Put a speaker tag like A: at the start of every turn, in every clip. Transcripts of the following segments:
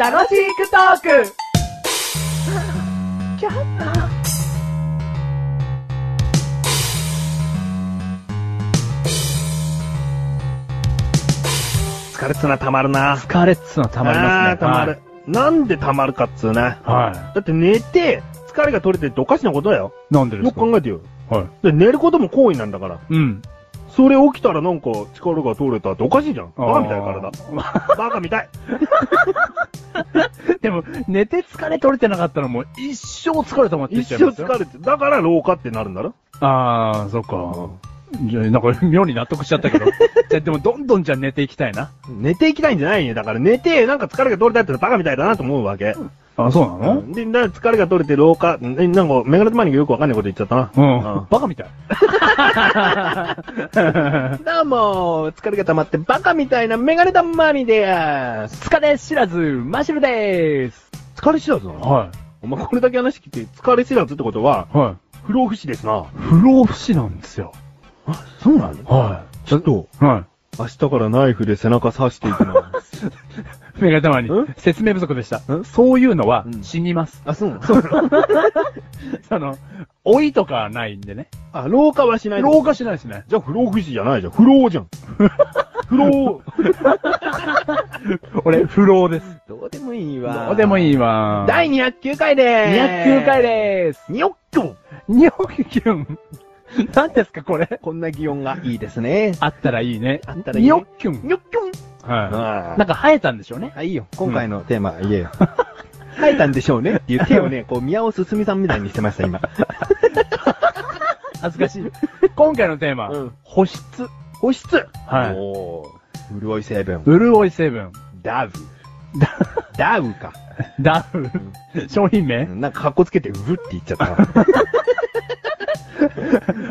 A: 楽しくトーク
B: 疲れっつうのはたまるな。
C: 疲れっつうのはたまります
B: あ
C: ね。
B: ーたまる。なんでたまるかっつうね。
C: はい。は
B: だって寝て、疲れが取れてるっておかしなことだよ。
C: い。なんでで
B: よ
C: す
B: く
C: か
B: 考えてよ。
C: はい。
B: で寝ることも行為なんだから。
C: うん。
B: それ起きたらなんか力が取れたっておかしいじゃん。バカみたい 体。
C: 体。
B: バカみたい。
C: でも、寝て疲れ取れてなかったらもう一生疲れ溜まっていっ
B: 一
C: ちゃい
B: 生
C: ますよ。
B: 疲れて。だから老化ってなるんだろ
C: ああ、そっか。じゃあ、なんか妙に納得しちゃったけ ど。じゃあ、でもどんどんじゃあ寝ていきたいな。
B: 寝ていきたいんじゃないよ。だから寝て、なんか疲れが取れたってバカみたいだなと思うわけ。
C: あそうなの
B: で、だから疲れが取れて老化。んえなんか、メガネとマニがよくわかんないこと言っちゃったな。
C: うん。
B: うん
C: バカみたい。
B: どうも、疲れが溜まってバカみたいなメガネたまにでーす。
C: 疲れ知らず、マシュルでーす。
B: 疲れ知らずなの
C: は
B: お前これだけ話聞いて、疲れ知らずってことは、
C: い。は
B: 不老不死ですな。
C: い。不老不死なんですよ。
B: あ、そうなの
C: は
B: ちょっと、
C: い。は
B: 明日からナイフで背中刺していくな。
C: い。メガネ玉に
B: ん、
C: 説明不足でした
B: ん。
C: そういうのは
B: うん
C: 死にます。
B: あ、そうなの
C: あの、老いとかはないんでね。
B: あ、老化はしない。
C: 老化しないですね。
B: じゃあ不老不死じゃないじゃん。不老 じゃん。不老。
C: 俺、不老です。
B: どうでもいい
C: どうでも
B: い。
C: いいわ。
A: 第209回でーす
C: 209回でーす。
B: にょっきょ
C: 日本キュン。何ですか、これ。
A: こんな擬音がいいですね。
C: あったらいいね。
A: あったらいいね
C: ニョッキュン。
A: にょっきょん
C: は
B: あ
C: い。なんか生えたんでしょうね。
A: あ、いいよ。今回のテーマ、言えよ。書いたんでしょうねっていう手を ね、こう、宮尾すすみさんみたいにしてました、今。
C: 恥ずかしい。今回のテーマ、
B: うん
C: 保湿。
A: 保湿
C: はい。
A: おー。潤い成分。
C: 潤い成分。
A: ダウ。ダウか。
C: ダウ。商品名、
A: なんか格好つけて、うぶって言っちゃった。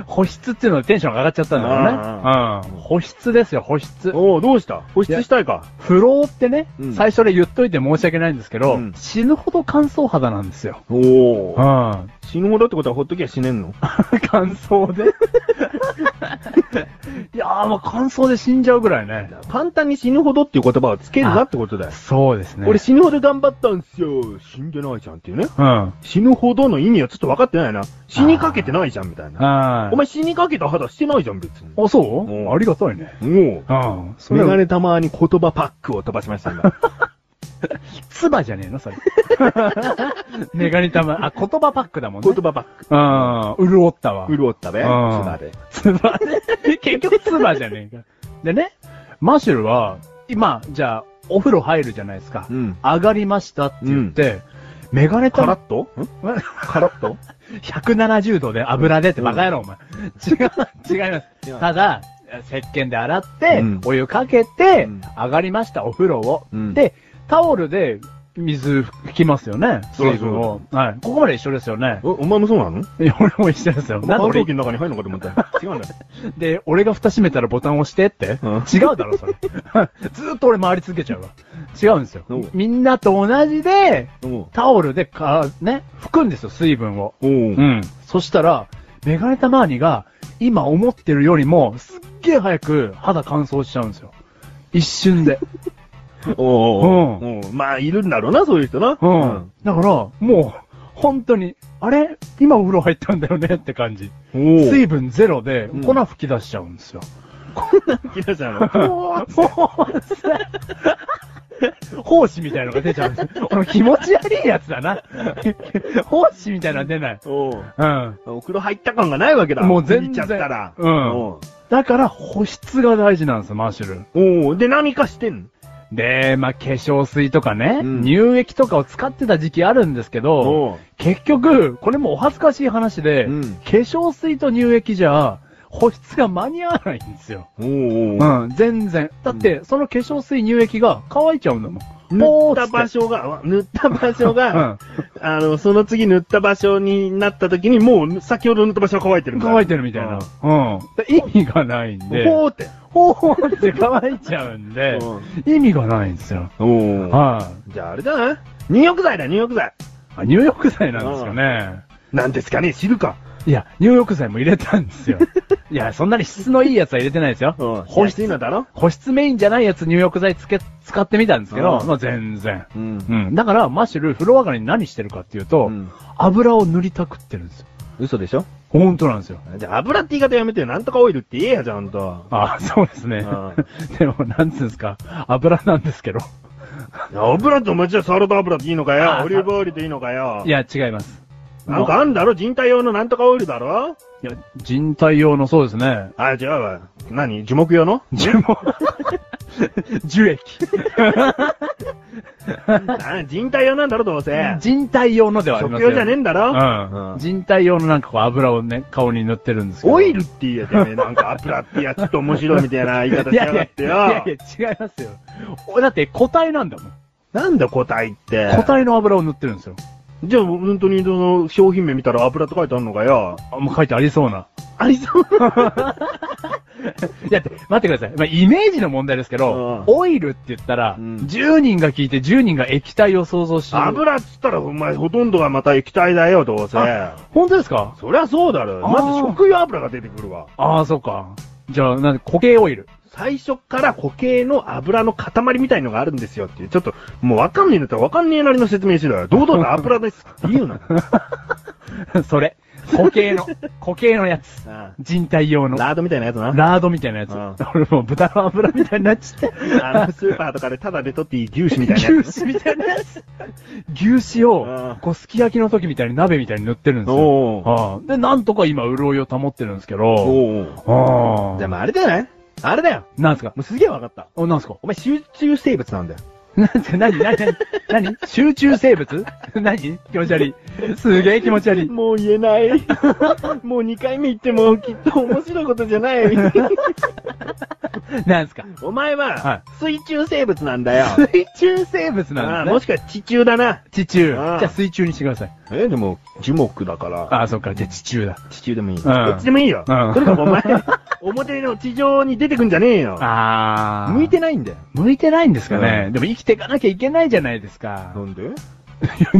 C: 保湿っていうのでテンションが上がっちゃったんだろうね。うん。保湿ですよ、保湿。
B: おー、どうした保湿したいか。
C: 不老ってね、
A: うん
C: 最初で言っといて申し訳ないんですけど、
A: うん
C: 死ぬほど乾燥肌なんですよ。
B: お
C: う
B: ー。
C: ん。
B: 死ぬほどってことはほっときゃ死ね んの
C: 乾燥 で。いやー、もう乾燥で死んじゃうぐらいね。
B: 簡単に死ぬほどっていう言葉をつけるなってことだよ。
C: そうですね。
B: 俺、死ぬほど頑張ったんすよ。死んでないじゃんっていうね。
C: うん。
B: 死ぬほどの意味はちょっと分かってないな。死にかけてないじゃんみたいな。
C: あ
B: お前死にかけた肌してないじゃん別に。
C: あ、そううありがたいね。
B: も
C: うん。
B: う、
C: そ
B: メ
C: れ
B: ガ
C: は、
B: ネたまに言葉パックを飛ばしました、今。
C: つばじゃねえのそれ。 メガネ玉、あ、言葉パックだもん ね
B: 言。葉パック。
C: うん。潤ったわ。
B: 潤ったべ。つ
C: うん
B: まで。
C: つばね。 結局つばじゃねえか。でね、マシュルは、今、じゃあ、お風呂入るじゃないですか。
B: うん。
C: 上がりましたって言って、メガネ
B: カラッ、
C: 玉
B: とん
C: ま
B: カラッと
C: 170度で油でってバカ野郎、お前。違う、違います。ただ、石鹸で洗って、
B: うん
C: お湯かけて、
B: うん
C: 上がりました、お風呂を。
B: うん
C: で、タオルで水拭きますよね、
B: そう
C: 水分を。はい。ここまで一緒ですよね。
B: おお前もそうなの
C: いや俺も一緒ですよ。なんで
B: 乾
C: 俺
B: 燥機の中に入るのかと思ったよ。違うんだよ。
C: で、俺が蓋閉めたらボタン押してって、
B: うん
C: 違うだろ、それ。 ずーっと俺回り続けちゃうわ。違うんですよ
B: おう。
C: みんなと同じで、
B: おう
C: タオルでか、ね、拭くんですよ、水分を。
B: おう
C: うん。そしたら、メガネたまわりが、今思ってるよりも、すっげえ早く肌乾燥しちゃうんですよ。一 瞬で。
B: おうおうおうまあ、いるんだろうな、そういう人な。
C: うん。だから、もう、本当に、あれ今お風呂入ったんだよねって感じ。
B: うん。おう。
C: 水分ゼロで、
B: うん
C: 粉吹き出しちゃうんです よ。
B: き出したの。
C: 奉仕みたいなのが出ちゃうんですよ。この気持ち悪いやつだな。 奉仕みたいなのは出ない。
B: おう。
C: うん。
B: お風呂入った感がないわけだ。
C: もう全然
B: 見ちゃったら。
C: うん
B: お
C: だから保湿が大事なんですよ、マーシュル。
B: おうで、何かしてんの
C: で、まあ、化粧水とかね、
B: うん
C: 乳液とかを使ってた時期あるんですけど、
B: おう
C: 結局、これもお恥ずかしい話で、
B: うん
C: 化粧水と乳液じゃ、保湿が間に合わないんですよ。
B: おうおう
C: うん、全然。だって、その化粧水乳液が乾いちゃうんだもん。
B: 塗った場所が、塗った場所が、
C: うん。
B: あの、その次塗った場所になった時に、もう先ほど塗った場所が乾いてるから。
C: 乾いてるみたいな。うん。意味がないんで。
B: ほーって。
C: ほうほうって乾いちゃうんで、意味がないんですよ。
B: おお。
C: は
B: じゃああれだな。入浴剤だ、入浴剤。
C: い、あ。入浴剤なんですよね。
B: なんですかね、知るか。
C: いや、入浴剤も入れたんですよ。いや、そんなに質のいいやつは入れてないですよ。
B: うん
C: 保
B: 安いの
C: 湿、
B: だろ
C: 保湿メインじゃないやつ入浴剤つけ、使ってみたんですけど、
B: うん
C: まあ全然。
B: うん
C: うん。だから、マッシュル、風呂上がりに何してるかっていうと、
B: うん
C: 油を塗りたくってるんですよ。
B: 嘘でしょ
C: 本当なんですよ。
B: じゃあ、油って言い方やめてよ。なんとかオイルって言えや、ちゃんと。
C: あそうですね。 でも、なんつうんですか、油なんですけど。
B: いや油ってお前じゃあサラダ油っていいのか
C: あ
B: よ。
C: ー
B: オリーブオイルでいいのかよ。
C: いや、違います。
B: なんかあんだろ人体用のなんとかオイルだろ
C: いや、人体用のそうですね。
B: あ、違うわ。何樹木用 の
C: 樹木。樹液。
B: あ人体用なんだろどうせ。
C: 人体用のではありま
B: 食
C: すよ。
B: 用じゃねえんだろ
C: うん。
B: うん
C: 人体用のなんかこう油をね、顔に塗ってるんですけど。
B: オイルって言えてね、なんか油ってやつと面白いみたいな言い方
C: い
B: し
C: や
B: や
C: い
B: が
C: や、
B: っ
C: い
B: てよ。
C: やいや、違いますよ。おだって固体なんだもん。
B: なんだ個体って。
C: 固体の油を塗ってるんですよ。
B: じゃあ、本当にその商品名見たら油って書いてあるのかよ。
C: あもう書いてありそうな。
B: ありそう。
C: いや、待ってください。まあ、イメージの問題ですけど、
B: う
C: オイルって言ったら、
B: うん
C: 10人が聞いて10人が液体を想像し
B: 油っつったら、お前ほとんどがまた液体だよ、どうせ。
C: あ本当ですか
B: そりゃそうだろ。
C: あー
B: まず食用油が出てくるわ。
C: ああ、そうか。じゃあ、なんで固形オイル。
B: 最初から固形の油の塊みたいのがあるんですよっていう。ちょっと、もうわかんねえんだったらわかんねえなりの説明しろよ。堂々と油です。いいよ な。
C: それ。固 形の、固形のやつ。
B: ラ
C: 人体用の。
B: ードみたいなやつな。
C: ラードみたいなやつ。
B: うん
C: 俺もう豚の油みたいになっちゃって。
B: あの、スーパーとかでタダで取っていい牛脂みたいなやつ。
C: 牛脂みたいなやつ。牛
B: う
C: 脂
B: ん
C: を、こう、すき焼きの時みたいに鍋みたいに塗ってるんですよ。
B: おー
C: ああで、なんとか今、潤いを保ってるんですけど。
B: おー
C: ああ。
B: じゃあ、まああれだよね。あれだよ。も
C: なんすか
B: うすげえわかった。
C: お、なんすか
B: お前集中生物なんだよ。
C: なんすか何何何何集中生物 何気持ち悪い。すげえ気持ち悪い。
B: もう言えない。 もう2回目言ってもきっと面白いことじゃ ない。
C: なんすか
B: お前
C: は
B: は、水中生物なんだよ。
C: 水中生物
B: あ
C: なん
B: あ
C: ですね
B: もしかしたら地中だな。
C: 地中。じ
B: ああ
C: ゃあ水中にしてください。
B: え、でも、樹木だから、
C: ああ、そっか。じゃあ地中だ。
B: 地中でもいい。
C: ん
B: どっちでもいいよ。
C: うん
B: とにかく お前、表の地上に出てくんじゃねえよ。
C: ああ。
B: 向いてないんだよ。
C: 向いてないんですかね、
B: う
C: でも生きていかなきゃいけないじゃないですか。
B: んで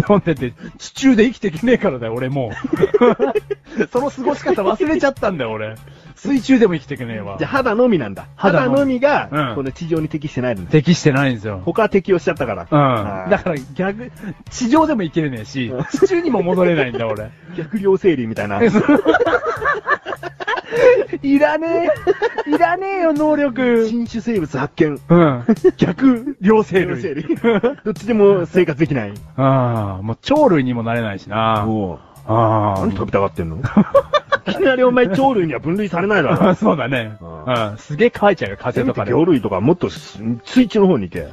C: 飲んでて、地中で生きていけねえからだよ、俺もう。その過ごし方忘れちゃったんだよ、俺。水中でも生きていけねえわ
B: じゃ。あ肌のみなんだ。
C: 肌
B: 肌
C: のみ
B: のみが
C: う、ん
B: この地上に適してないんだ。
C: 適してないんですよ。
B: 他は適応しちゃったから。
C: うん。
B: あー
C: だから逆、地上でも生きれねえし
B: うん、
C: 地中にも戻れないん だ、俺。
B: 逆量生理みたいな。
C: いらねえ。いらねえよ、能力。
B: 新種生物発見。
C: うん。逆、両生
B: 両生
C: 類。
B: 類どっちでも生活できない。
C: ああ、もう鳥類にもなれないしな。
B: おう
C: あ
B: 何飛びたがって んのいきなりお前鳥類には分類されないだろ
C: あ。。 そうだね。
B: うん
C: うん。すげえ乾いちゃうよ、
B: せ
C: 風
B: め
C: と
B: て
C: かで。
B: 魚類とかもっとす水中の方に行け。
C: うん。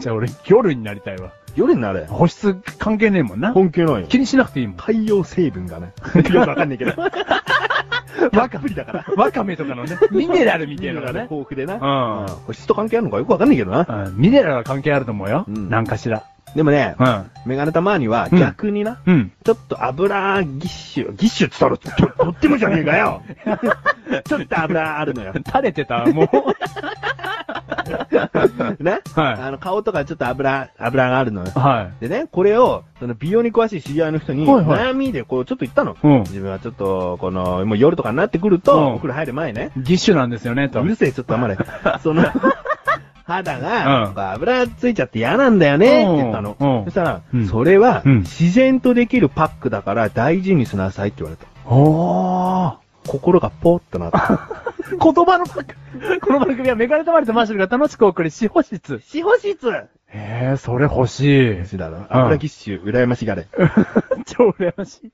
C: じゃあ俺、魚類になりたいわ。
B: 夜になれ。
C: 保湿関係ねえもんな。
B: 本気ないよ。
C: 気にしなくてい いもん。
B: 海洋成分 がね。よくわかんないけど。バカぶりだから。
C: わかめとかのね、 ミネラルみ
B: 見
C: た
B: て
C: い
B: る
C: なの
B: から
C: がね
B: ね。。豊富で
C: う
B: な。
C: ん。
B: 保湿と関係あるのかよくわかんないけどな。
C: うんミネラルは関係あると思うよ。
B: うん
C: なんかしら。
B: でもね
C: う、ん。
B: メガネたまには逆にな、
C: うん。
B: ちょっと油ぎっしゅ、ぎっしゅって言ったら、ちょとってもじゃねえか よ。ちょっと油あるのよ。
C: 垂れてた、も う。
B: ね、あの、顔とかちょっと油、油があるのよ。
C: は
B: でね、これを、その美容に詳しい知り合いの人に、
C: はいはい
B: 悩みでこう、ちょっと言ったの。
C: い。うん。
B: 自分はちょっと、この、もう夜とかになってくると、
C: うん
B: お風呂入る前ね、
C: 義手なんですよね、
B: う
C: と。
B: るせえ、ちょっと 黙れ。その、肌
C: うん
B: が、油ついちゃって嫌なんだよね、って言ったの。
C: うん
B: そしたら、
C: うん
B: それは、
C: うん
B: 自然とできるパックだから大事にしなさいって言われた。
C: おー。
B: 心がポーっとなった。
C: 言葉のパッ ク。この番組はメガネたまりとマッシュルが楽しくお送り、司法室。
B: 司法室
C: へえ、それ欲しい。
B: だろ。油ぎっしゅ、羨ましがれ。
C: 超羨ましい。